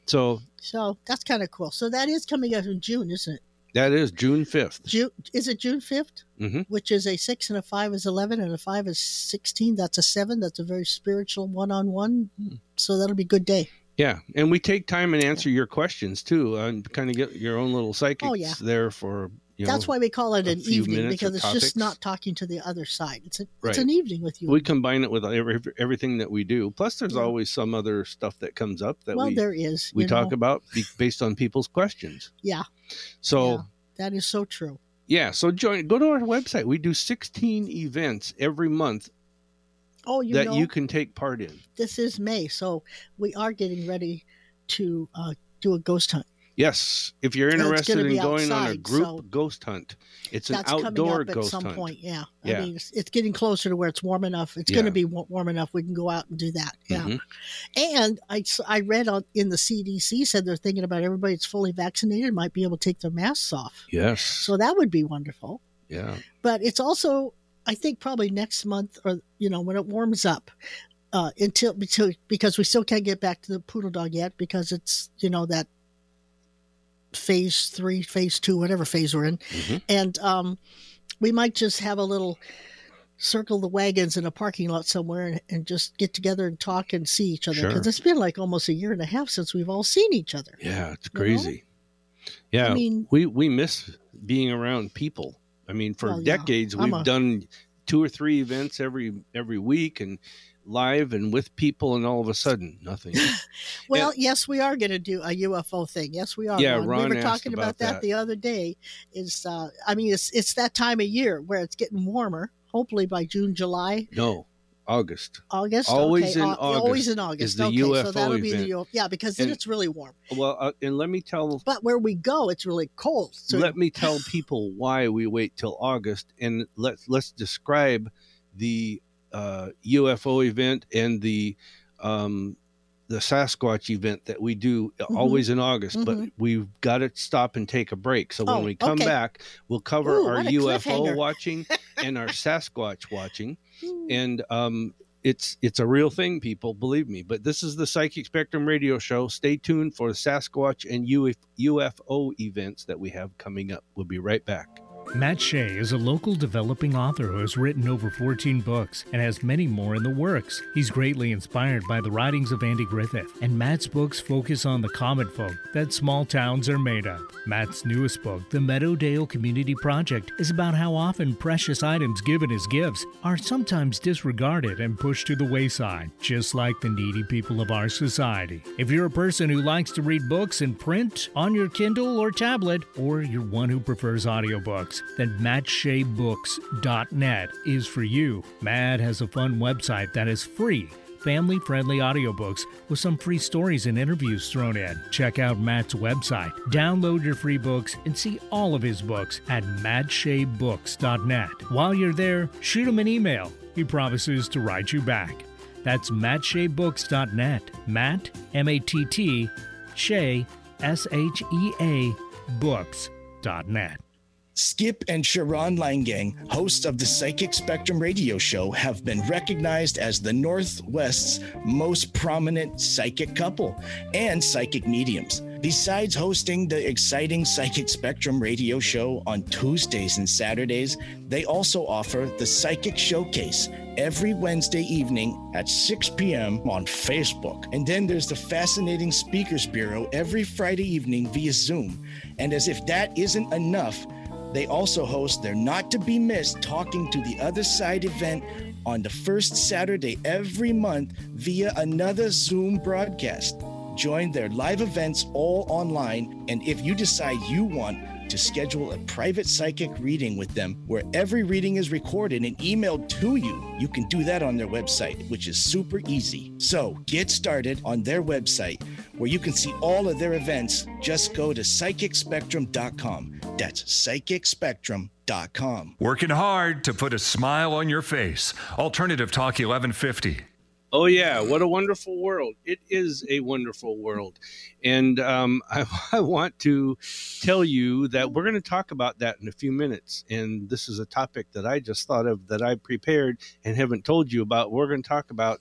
So So that's kind of cool. So that is coming up in June, isn't it? that is June fifth. June is it June fifth? Mhm. Which is a six and a five is eleven and a five is sixteen. That's a seven. That's a very spiritual one on one. Hmm. So that'll be a good day. Yeah, and we take time and answer your questions too, and kind of get your own little psychics Oh, yeah. there for you know. That's why we call it a an few evening minutes or because it's topics. just not talking to the other side. It's a, Right. it's an evening with you. we combine it with every, everything that we do. Plus, there's always some other stuff that comes up that well, we there is. we you talk know. about be- based on people's questions. [laughs] Yeah. So Yeah. that is so true. yeah, so join. Go to our website. We do 16 events every month Oh, you that know, you can take part in. this is May, so we are getting ready to uh, do a ghost hunt. Yes, if you're And it's interested gonna in be going on a outside, group so- ghost hunt, it's an That's coming outdoor up at ghost some hunt. point. Yeah, Yeah. I mean, it's, it's getting closer to where it's warm enough. It's going Yeah. to be wa- warm enough. We can go out and do that. Yeah. Mhm. And I, s- I read on in the CDC said they're thinking about everybody that's fully vaccinated might be able to take their masks off. Yes. So that would be wonderful. yeah. But it's also I think probably next month or you know when it warms up. Uh, until, until because we still can't get back to the poodle dog yet because it's you know that phase three phase two whatever phase we're in Mhm. and um, we might just have a little circle the wagons in a parking lot somewhere and, and just get together and talk and see each other because Sure. it's been like almost a year and a half since we've all seen each other Yeah, it's know? crazy. Yeah, i mean we we miss being around people. I mean, for Well, yeah. decades I'm we've a- done two or three events every every week and live and with people, and all of a sudden nothing. well yes we are going to do a ufo thing yes we are Yeah, Ron we were asked talking about, about that, that. the other day is uh, i mean it's it's that time of year where it's getting warmer hopefully by june july no, August. august Always okay, in au- always August in august the okay UFO so that'll be event. the U- yeah because then And- it's really warm Well, uh, and let me tell but where we go it's really cold so [laughs] let me tell people why we wait till August, and let's let's describe the uh, UFO event and the um, the Sasquatch event that we do Mm-hmm. always in August. But Mhm. we've got to stop and take a break. So when Oh, we come okay. back, we'll cover Ooh, our what a UFO cliffhanger. [laughs] watching and our Sasquatch watching Hmm. and um, it's it's a real thing, people. Believe me. But this is the Psychic Spectrum Radio Show. Stay tuned for the Sasquatch and Uf- UFO events that we have coming up. We'll be right back. Matt Shea is a local developing author who has written over 14 books and has many more in the works. He's greatly inspired by the writings of Andy Griffith, and Matt's books focus on the common folk that small towns are made of. Matt's newest book, The Meadowdale Community Project, is about how often precious items given as gifts are sometimes disregarded and pushed to the wayside, just like the needy people of our society. If you're a person who likes to read books in print, on your Kindle or tablet, or you're one who prefers audiobooks, then MattSheaBooks.net is for you. Matt has a fun website that is free family friendly audiobooks with some free stories and interviews thrown in. Check out Matt's website, download your free books, and see all of his books at mattshaybooks.net. While you're there, shoot him an email. He promises to write you back. That's mattshaybooks.net. Matt, M A T T, Shea, S H E A, books.net. Skip and Sharon Langang, hosts of the Psychic Spectrum radio show, have been recognized as the Northwest's most prominent psychic couple and psychic mediums. Besides hosting the exciting Psychic Spectrum radio show on Tuesdays and Saturdays, they also offer the Psychic Showcase every Wednesday evening at 6 p.m. on Facebook. And then there's the Fascinating Speakers Bureau every Friday evening via Zoom. And as if that isn't enough, they also host their not to be missed Talking to the Other Side event on the first Saturday every month via another Zoom broadcast. Join their live events all online, and if you decide you want to schedule a private psychic reading with them where every reading is recorded and emailed to you, you can do that on their website, which is super easy. So get started on their website where you can see all of their events. Just go to psychicspectrum.com. That's psychicspectrum.com. Working hard to put a smile on your face. Alternative Talk 1150. Oh yeah, what a wonderful world! It is a wonderful world, and um, [laughs] I, I want to tell you that we're going to talk about that in a few minutes. And this is a topic that I just thought of that I prepared and haven't told you about. We're going to talk about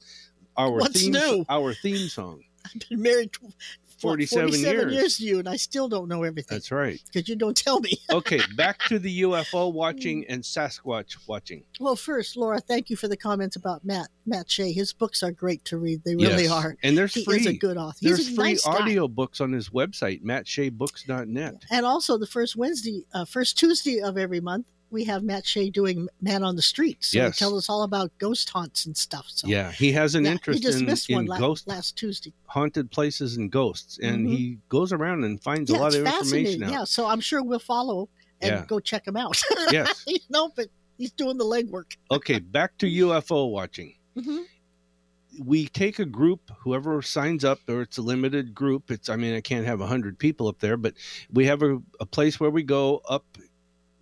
our What's theme, new? our theme song. I've been married tw- what, 47 47 years. years to you, and I still don't know everything That's right. because you don't tell me. [laughs] Okay, back to the UFO Mm. watching and Sasquatch watching. Well, first, Laura, thank you for the comments about Matt Matt Shea. His books are great to read; they really Yes. are. And there's He free. is a good author. He's there's a free nice guy. audio books on his website, mattshaybooks.net. And also, the first Wednesday, uh, first Tuesday of every month, we have Matt Shea doing Man on the Streets. So Yes. he tells us all about ghost haunts and stuff. So Yeah, he has an Yeah, interest he just in, missed in one la- ghost last Tuesday. haunted places and ghosts, and Mhm. he goes around and finds Yeah, a lot it's of information fascinating. out. Yeah, so I'm sure we'll follow and Yeah. go check him out. [laughs] Yes. [laughs] you know, but he's doing the legwork. Okay, back to UFO watching. Mm-hmm. We take a group, whoever signs up, or it's a limited group. It's I mean I can't have hundred people up there, but we have a, a place where we go up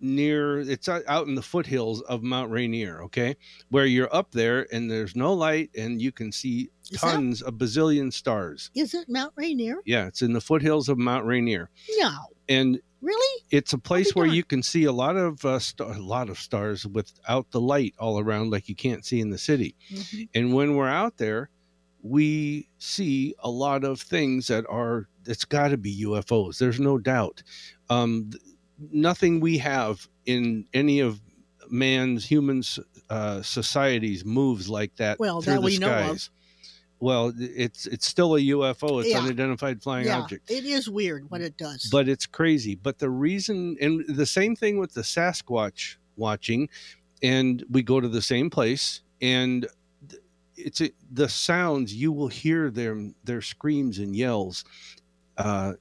near it's out out in the foothills of Mount Rainier, okay? Where you're up there and there's no light and you can see Is that- tons of bazillion stars. Is it Mount Rainier? Yeah, it's in the foothills of Mount Rainier. No, And really? it's a place be where darned. you can see a lot of uh, star, a lot of stars without the light all around like you can't see in the city and when we're out there we see a lot of things that are it's got to be ufos there's no doubt um, th- nothing we have in any of man's human s- uh, societies moves like that Well, through that the we know of. skies. well it's it's still a ufo it's Yeah. unidentified flying Yeah, object it is weird what it does. but it's crazy. But the reason, and the same thing with the Sasquatch watching, and we go to the same place, and th- it's a, the sounds you will hear their their screams and yells, uh,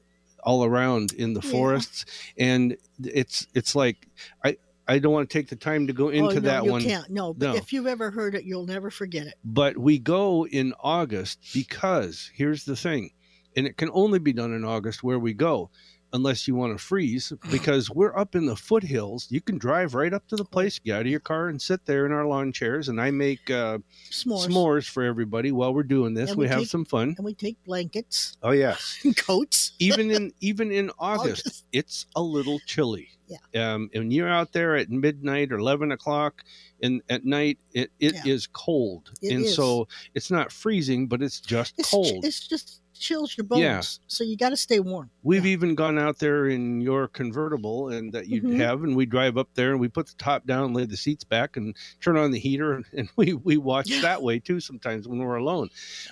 all around in the Yeah. forests, and it's it's like I I don't want to take the time to go Oh, into no, that you one can't. No, but No. if you've ever heard it, you'll never forget it. but we go in August because here's the thing, and it can only be done in August where we go, unless you want to [clears throat] freeze, because we're up in the foothills. You can drive right up to the place, get out of your car, and sit there in our lawn chairs. And I make uh, S'mores. s'mores. for everybody while we're doing this. And we we have take- some fun. And we take blankets [laughs] Oh yeah, and coats. even in even [laughs] in August, August. it's a little chilly. Yeah. Um, and you're out there at midnight or eleven o'clock, and at night it it is Yeah. cold, It and is. so it's not freezing, but it's just It's, cold. it's just chills your bones. Yeah. So you got to stay warm. We've even gone out there in your convertible, and that you Mhm. have, and we drive up there and we put the top down, lay the seats back, and turn on the heater, [laughs] and, and we we watch Yeah. that way too sometimes when we're alone.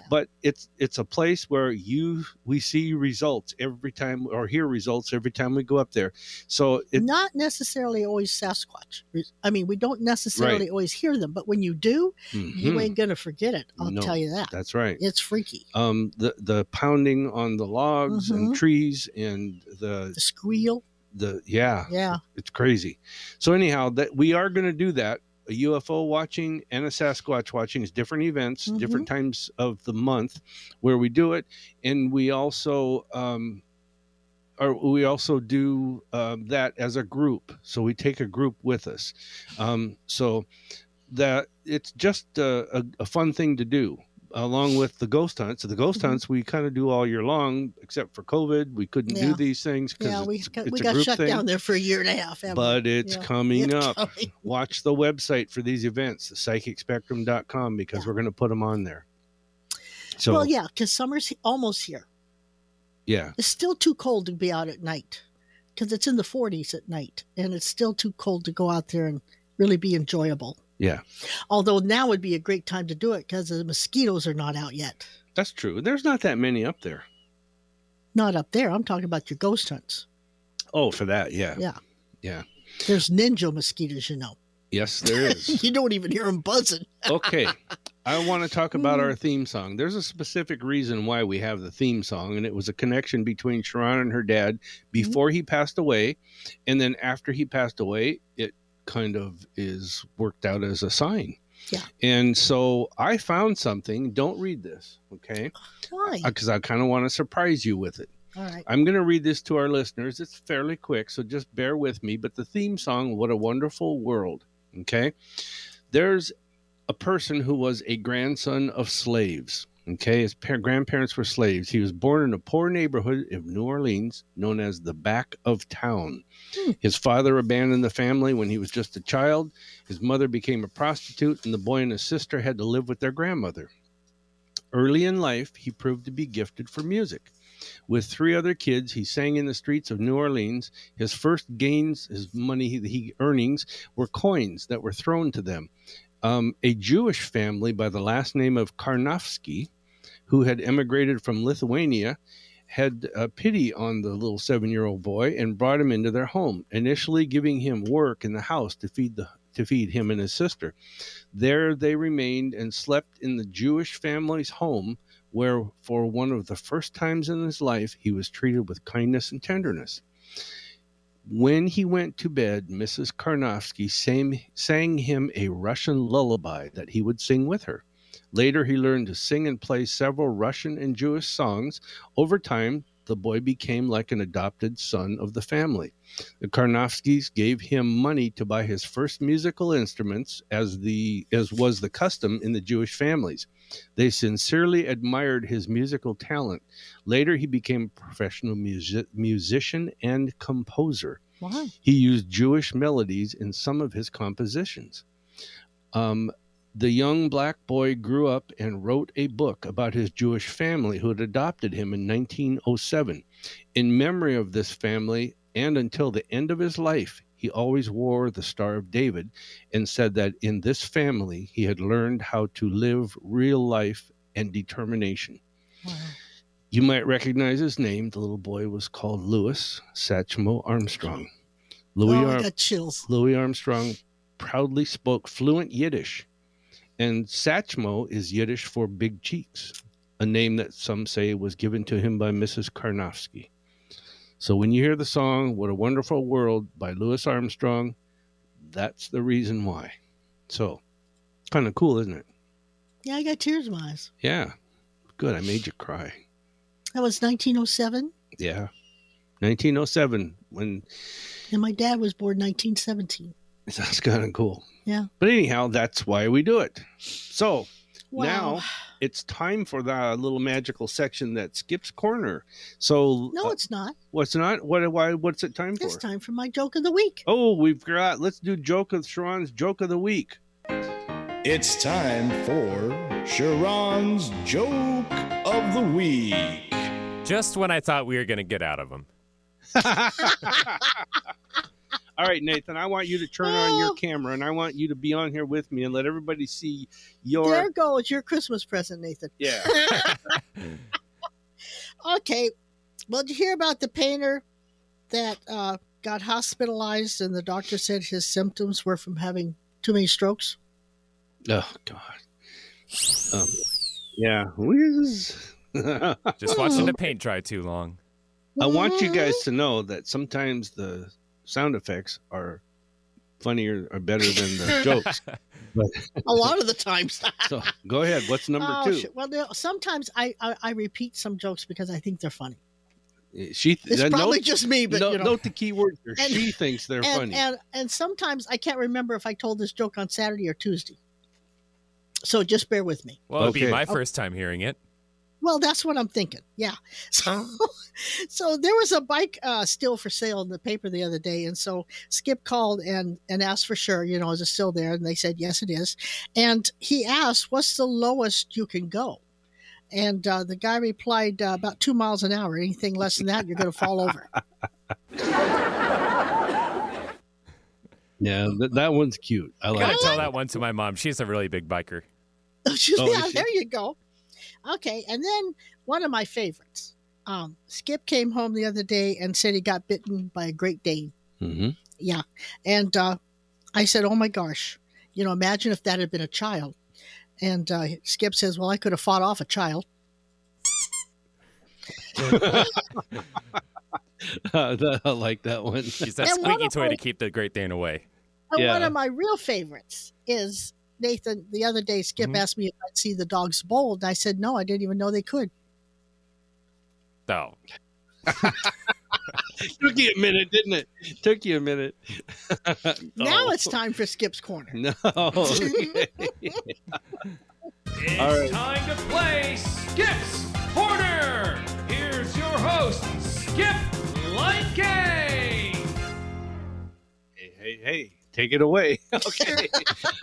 But it's it's a place where you we see results every time or hear results every time we go up there. So it, Not necessarily always Sasquatch. I mean, we don't necessarily always hear them, but when you do, Mm-hmm. you Mhm. ain't gonna forget it. I'll No. tell you that. that's right. It's freaky. Um, the the pounding on the logs and Mhm. trees and the The squeal. the yeah [laughs] Yeah. it's crazy. So anyhow, that we are going to do that. A UFO watching and a Sasquatch watching is different events, Mhm. different times of the month where we do it, and we also um, or we also do um, that as a group. So we take a group with us. Um, so that it's just a, a, a fun thing to do along with the ghost hunts. So the ghost Mhm. hunts we kind of do all year long, except for COVID, we couldn't do Yeah. these things because Yeah, we it's, got, it's we a got group shut thing down there for a year and a half. haven't we? but it's Yeah. coming It's up. coming. Watch the website for these events, the psychicspectrum.com, because Yeah. we're going to put them on there. So, Well, yeah. yeah, because summer's he- almost here. It's still too cold to be out at night because it's in the 40s at night and it's still too cold to go out there and really be enjoyable. Yeah. Although now would be a great time to do it because the mosquitoes are not out yet. that's true. There's not that many up there. Not up there. I'm talking about your ghost hunts. Oh, for that, yeah. Yeah. Yeah. There's ninja mosquitoes, you know. [laughs] Yes, there is. You don't even hear them buzzing. okay. I want to talk about Mm-hmm. our theme song. There's a specific reason why we have the theme song, and it was a connection between Sharon and her dad Mm-hmm. before he passed away. And then after he passed away, it kind of is worked out as a sign. Yeah. And so I found something. Don't read this, okay? Why? Because Uh, I kind of want to surprise you with it. All right. I'm going to read this to our listeners. It's fairly quick, so just bear with me. But the theme song, What a Wonderful World. Okay. There's a person who was a grandson of slaves. Okay. His par- grandparents were slaves. He was born in a poor neighborhood of New Orleans known as the back of town. Hmm. His father abandoned the family when he was just a child. His mother became a prostitute, and the boy and his sister had to live with their grandmother. Early in life, he proved to be gifted for music. With three other kids, he sang in the streets of New Orleans. His first gains, his money, he earnings were coins that were thrown to them. Um, a Jewish family by the last name of Karnofsky, who had emigrated from Lithuania, had uh, pity on the little seven-year-old boy and brought him into their home, initially giving him work in the house to feed the to feed him and his sister. There they remained and slept in the Jewish family's home where for one of the first times in his life he was treated with kindness and tenderness. When he went to bed, Mrs. Karnofsky sang, sang him a Russian lullaby that he would sing with her. Later, he learned to sing and play several Russian and Jewish songs. Over time, the boy became like an adopted son of the family. The Karnofskys gave him money to buy his first musical instruments, as the as was the custom in the Jewish families. They sincerely admired his musical talent. Later, he became a professional music- musician and composer. Why? He used Jewish melodies in some of his compositions. Um, the young black boy grew up and wrote a book about his Jewish family who had adopted him in 1907. In memory of this family, and until the end of his life, he always wore the Star of David and said that in this family, he had learned how to live real life and determination. Wow. You might recognize his name. The little boy was called Louis Satchmo Armstrong. Louis, oh, I Arm- got chills. Louis Armstrong proudly spoke fluent Yiddish, and Satchmo is Yiddish for big cheeks, a name that some say was given to him by Mrs. Karnofsky. So when you hear the song What a Wonderful World by Louis Armstrong, that's the reason why. So, kind of cool, isn't it? Yeah, I got tears in my eyes. Yeah. Good. I made you cry. That was 1907, Yeah. 1907 when [laughs] and my dad was born 1917. that's kind of cool. Yeah. But anyhow, that's why we do it. So Wow. Now- it's time for the little magical section that skips corner. So no, uh, it's not. what's not what why what's it time for? It's time for my joke of the week. Oh, we've got let's do joke of Sharon's joke of the week. [laughs] It's time for Sharon's Joke of the Week. Just when I thought we were going to get out of [laughs] them. All right, Nathan, I want you to turn on your Oh. camera and I want you to be on here with me and let everybody see your There goes your Christmas present, Nathan. yeah. [laughs] Okay. Well, did you hear about the painter that uh, got hospitalized and the doctor said his symptoms were from having too many strokes? Oh God. Um, yeah. Whiz. [laughs] I Just watching the paint dry too long. want Mm-hmm. you guys to know that sometimes the sound effects are funnier or better than [laughs] the jokes. [laughs] A lot of the times. So go ahead. What's [laughs] number Oh, two? shit. Well, no, sometimes I, I, I repeat some jokes because I think they're funny. She. It's uh, probably note, just me, but no- you know. note the key word here. And- she thinks they're and, funny. And, and sometimes I can't remember if I told this joke on Saturday or Tuesday. So just bear with me. Well, it'd Okay. Oh. be my first time hearing it. Well, that's what I'm thinking. Yeah. [laughs] So, so there was a bike uh, still for sale in the paper the other day, and so Skip called and and asked for sure. You know, is it still there? And they said yes, it is. And he asked, "What's the lowest you can go?" And uh, the guy replied, uh, "About two miles an hour. Anything less than that, you're going to fall over." [laughs] yeah, th- that one's cute. I I like. gotta it. tell that one to my mom. She's a really big biker. She's- Oh, is yeah, she? there you go. Okay, and then one of my favorites. Um, Skip came home the other day and said he got bitten by a Great Dane. Mhm. Yeah, and uh, I said, "Oh my gosh, you know, imagine if that had been a child." And uh, Skip says, "Well, I could have fought off a child." Mm-hmm. [laughs] Uh, I like that one. She's that And one squeaky of toy my- to keep the Great Dane away. And one Yeah. of my real favorites is Nathan. The other day, Skip Mhm. asked me if I'd see the dogs bold. And I said, "No, I didn't even know they could." Oh, [laughs] Took you a minute, didn't it? Took you a minute. [laughs] Now Oh. [laughs] it's time for Skip's corner. Mm, No. [laughs] [laughs] okay. It's All right. time to play Skip's Corner. Here's your host, Skip Linkay. hey, hey, hey, take it away. [laughs] [laughs] okay.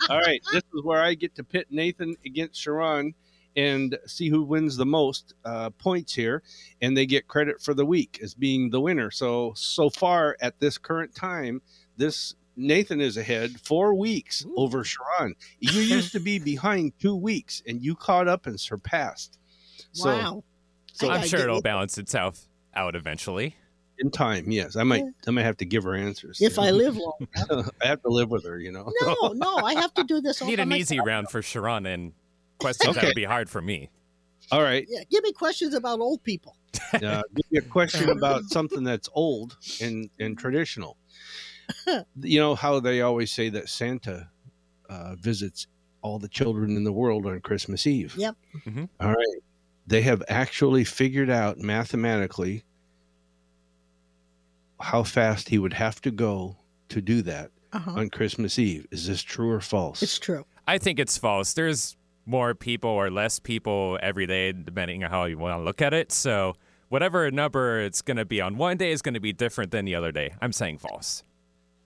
All right. This is where I get to pit Nathan against Sharon and see who wins the most uh, points here. And they get credit for the week as being the winner. So, so far at this current time, this Nathan is ahead four weeks over Sharon. You used to [laughs] be behind two weeks and you caught up and surpassed. So, wow. so I I'm gotta sure get it'll with- balance itself out eventually. in time, yes, I might, I might have to give her answers. If I live [laughs] long enough. [laughs] I have to live with her, you know. No, no, I have to do this all Need by an myself. easy round for Sharon and questions that Okay. would be hard for me. [laughs] All right. Yeah, give me questions about old people. uh, give you a question about something that's old and and [laughs] traditional. You know how they always say that Santa uh, visits all the children in the world on Christmas Eve. Yep. Mhm. All right, they have actually figured out mathematically how fast he would have to go to do that Uh-huh. on Christmas Eve. Is this true or false? It's true. I think it's false. There's more people or less people every day, depending on how you want to look at it. So, whatever number it's going to be on one day is going to be different than the other day. I'm saying false.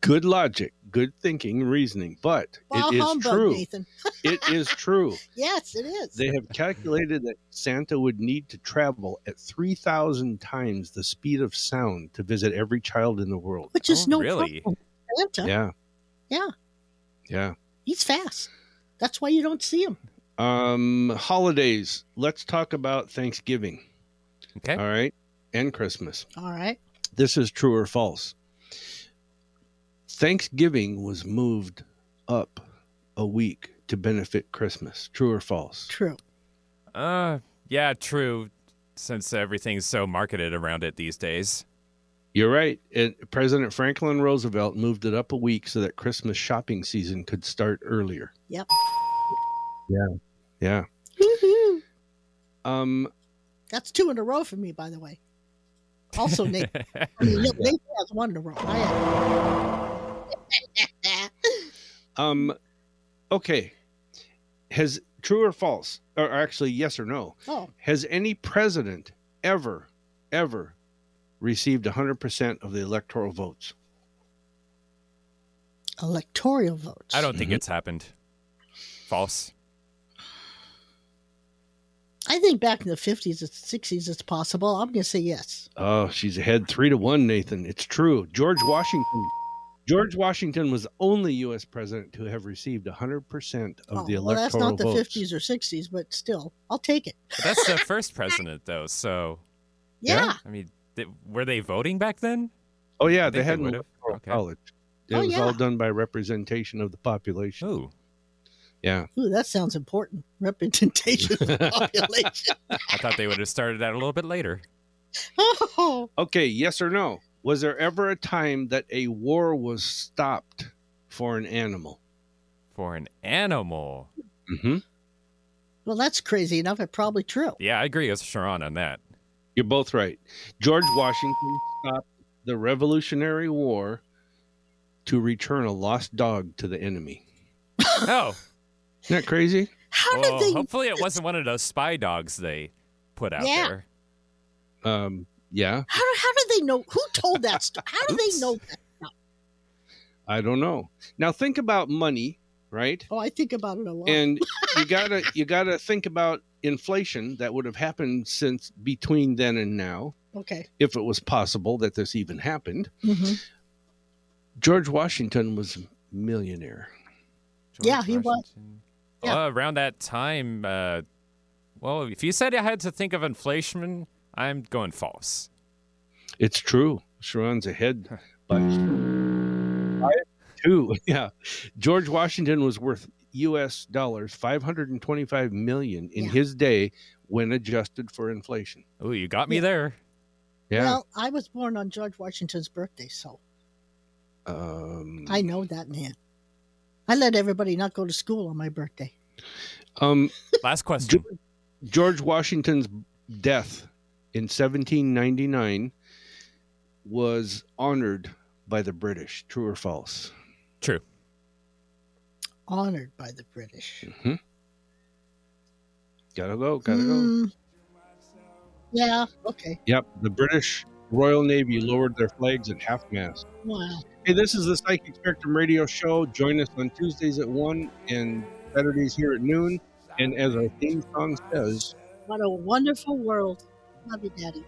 good logic, good thinking, reasoning, but Bah it is humbug, true. Nathan. It is true. Yes, it is. They have calculated that Santa would need to travel at 3,000 times the speed of sound to visit every child in the world. Which is Oh, no really? problem. Santa, Yeah. Yeah. Yeah. he's fast. That's why you don't see him. Um, holidays. Let's talk about Thanksgiving. Okay. All right. And Christmas. All right. This is true or false. Thanksgiving was moved up a week to benefit Christmas. True or false? True. Uh, yeah, true. Since everything's so marketed around it these days. [laughs] You're right. And President Franklin Roosevelt moved it up a week so that Christmas shopping season could start earlier. Yep. Yeah. Yeah. Woo-hoo. Um, That's two in a row for me, by the way. Also, [laughs] Nathan. I mean, look, Nathan has one in a row. I have. um, okay. Has true or false, or actually yes or no, [laughs] oh, has any president ever, ever received 100% of the electoral votes? electoral votes. I don't think Mhm. it's happened. False. I think back in the fifties and sixties, it's possible. I'm going to say yes. Oh, she's ahead three to one, Nathan. It's true. George Washington. George Washington was the only U.S. president to have received 100% of oh, the electoral well, that's not the votes. fifties or sixties, but still, I'll take it. But that's the first president, though. So, Yeah. I mean, th- were they voting back then? Oh, yeah, I they think they had an would've. electoral Okay. college. It Oh, was yeah. all done by representation of the population. Ooh. Yeah. Ooh, that sounds important. Representation of the population. I thought they would have started that a little bit later. oh, Okay, yes or no? Was there ever a time that a war was stopped for an animal? For an animal. Mm-hmm. well, that's crazy enough. It's probably true. Yeah, I agree with Sharon on that. You're both right. George Washington stopped the Revolutionary War to return a lost dog to the enemy. Oh, Isn't that crazy? How well, did they? hopefully it wasn't one of those spy dogs they put out Yeah. there. Um, yeah, How, how did they know? Who told that story? How do they Oops. know that? I don't know. Now think about money, right? Oh, I think about it a lot. And [laughs] you gotta you gotta think about inflation that would have happened since between then and now, okay. if it was possible that this even happened. Mhm. George Washington was a millionaire. Yeah, he was. Washington. Yeah. Well, Oh, around that time, uh, well, if you said I had to think of inflation, I'm going false. It's true. Sharon's ahead. But two. [laughs] Yeah. George Washington was worth US dollars 525 million in Yeah. his day when adjusted for inflation. Ooh, you got me there. Yeah. Well, I was born on George Washington's birthday, so um, I know that man. I let everybody not go to school on my birthday. um, Last question. George Washington's death in 1799 was honored by the British. True or false? True. Honored by the British. Gotta go. Gotta go. Hmm. Yeah. Okay. Yep. The British Royal Navy lowered their flags at half mast. Wow. Hey, this is the Psychic Spectrum Radio Show. Join us on Tuesdays at 1 and Saturdays here at noon. And as our theme song says, What a wonderful world. Love you, Daddy.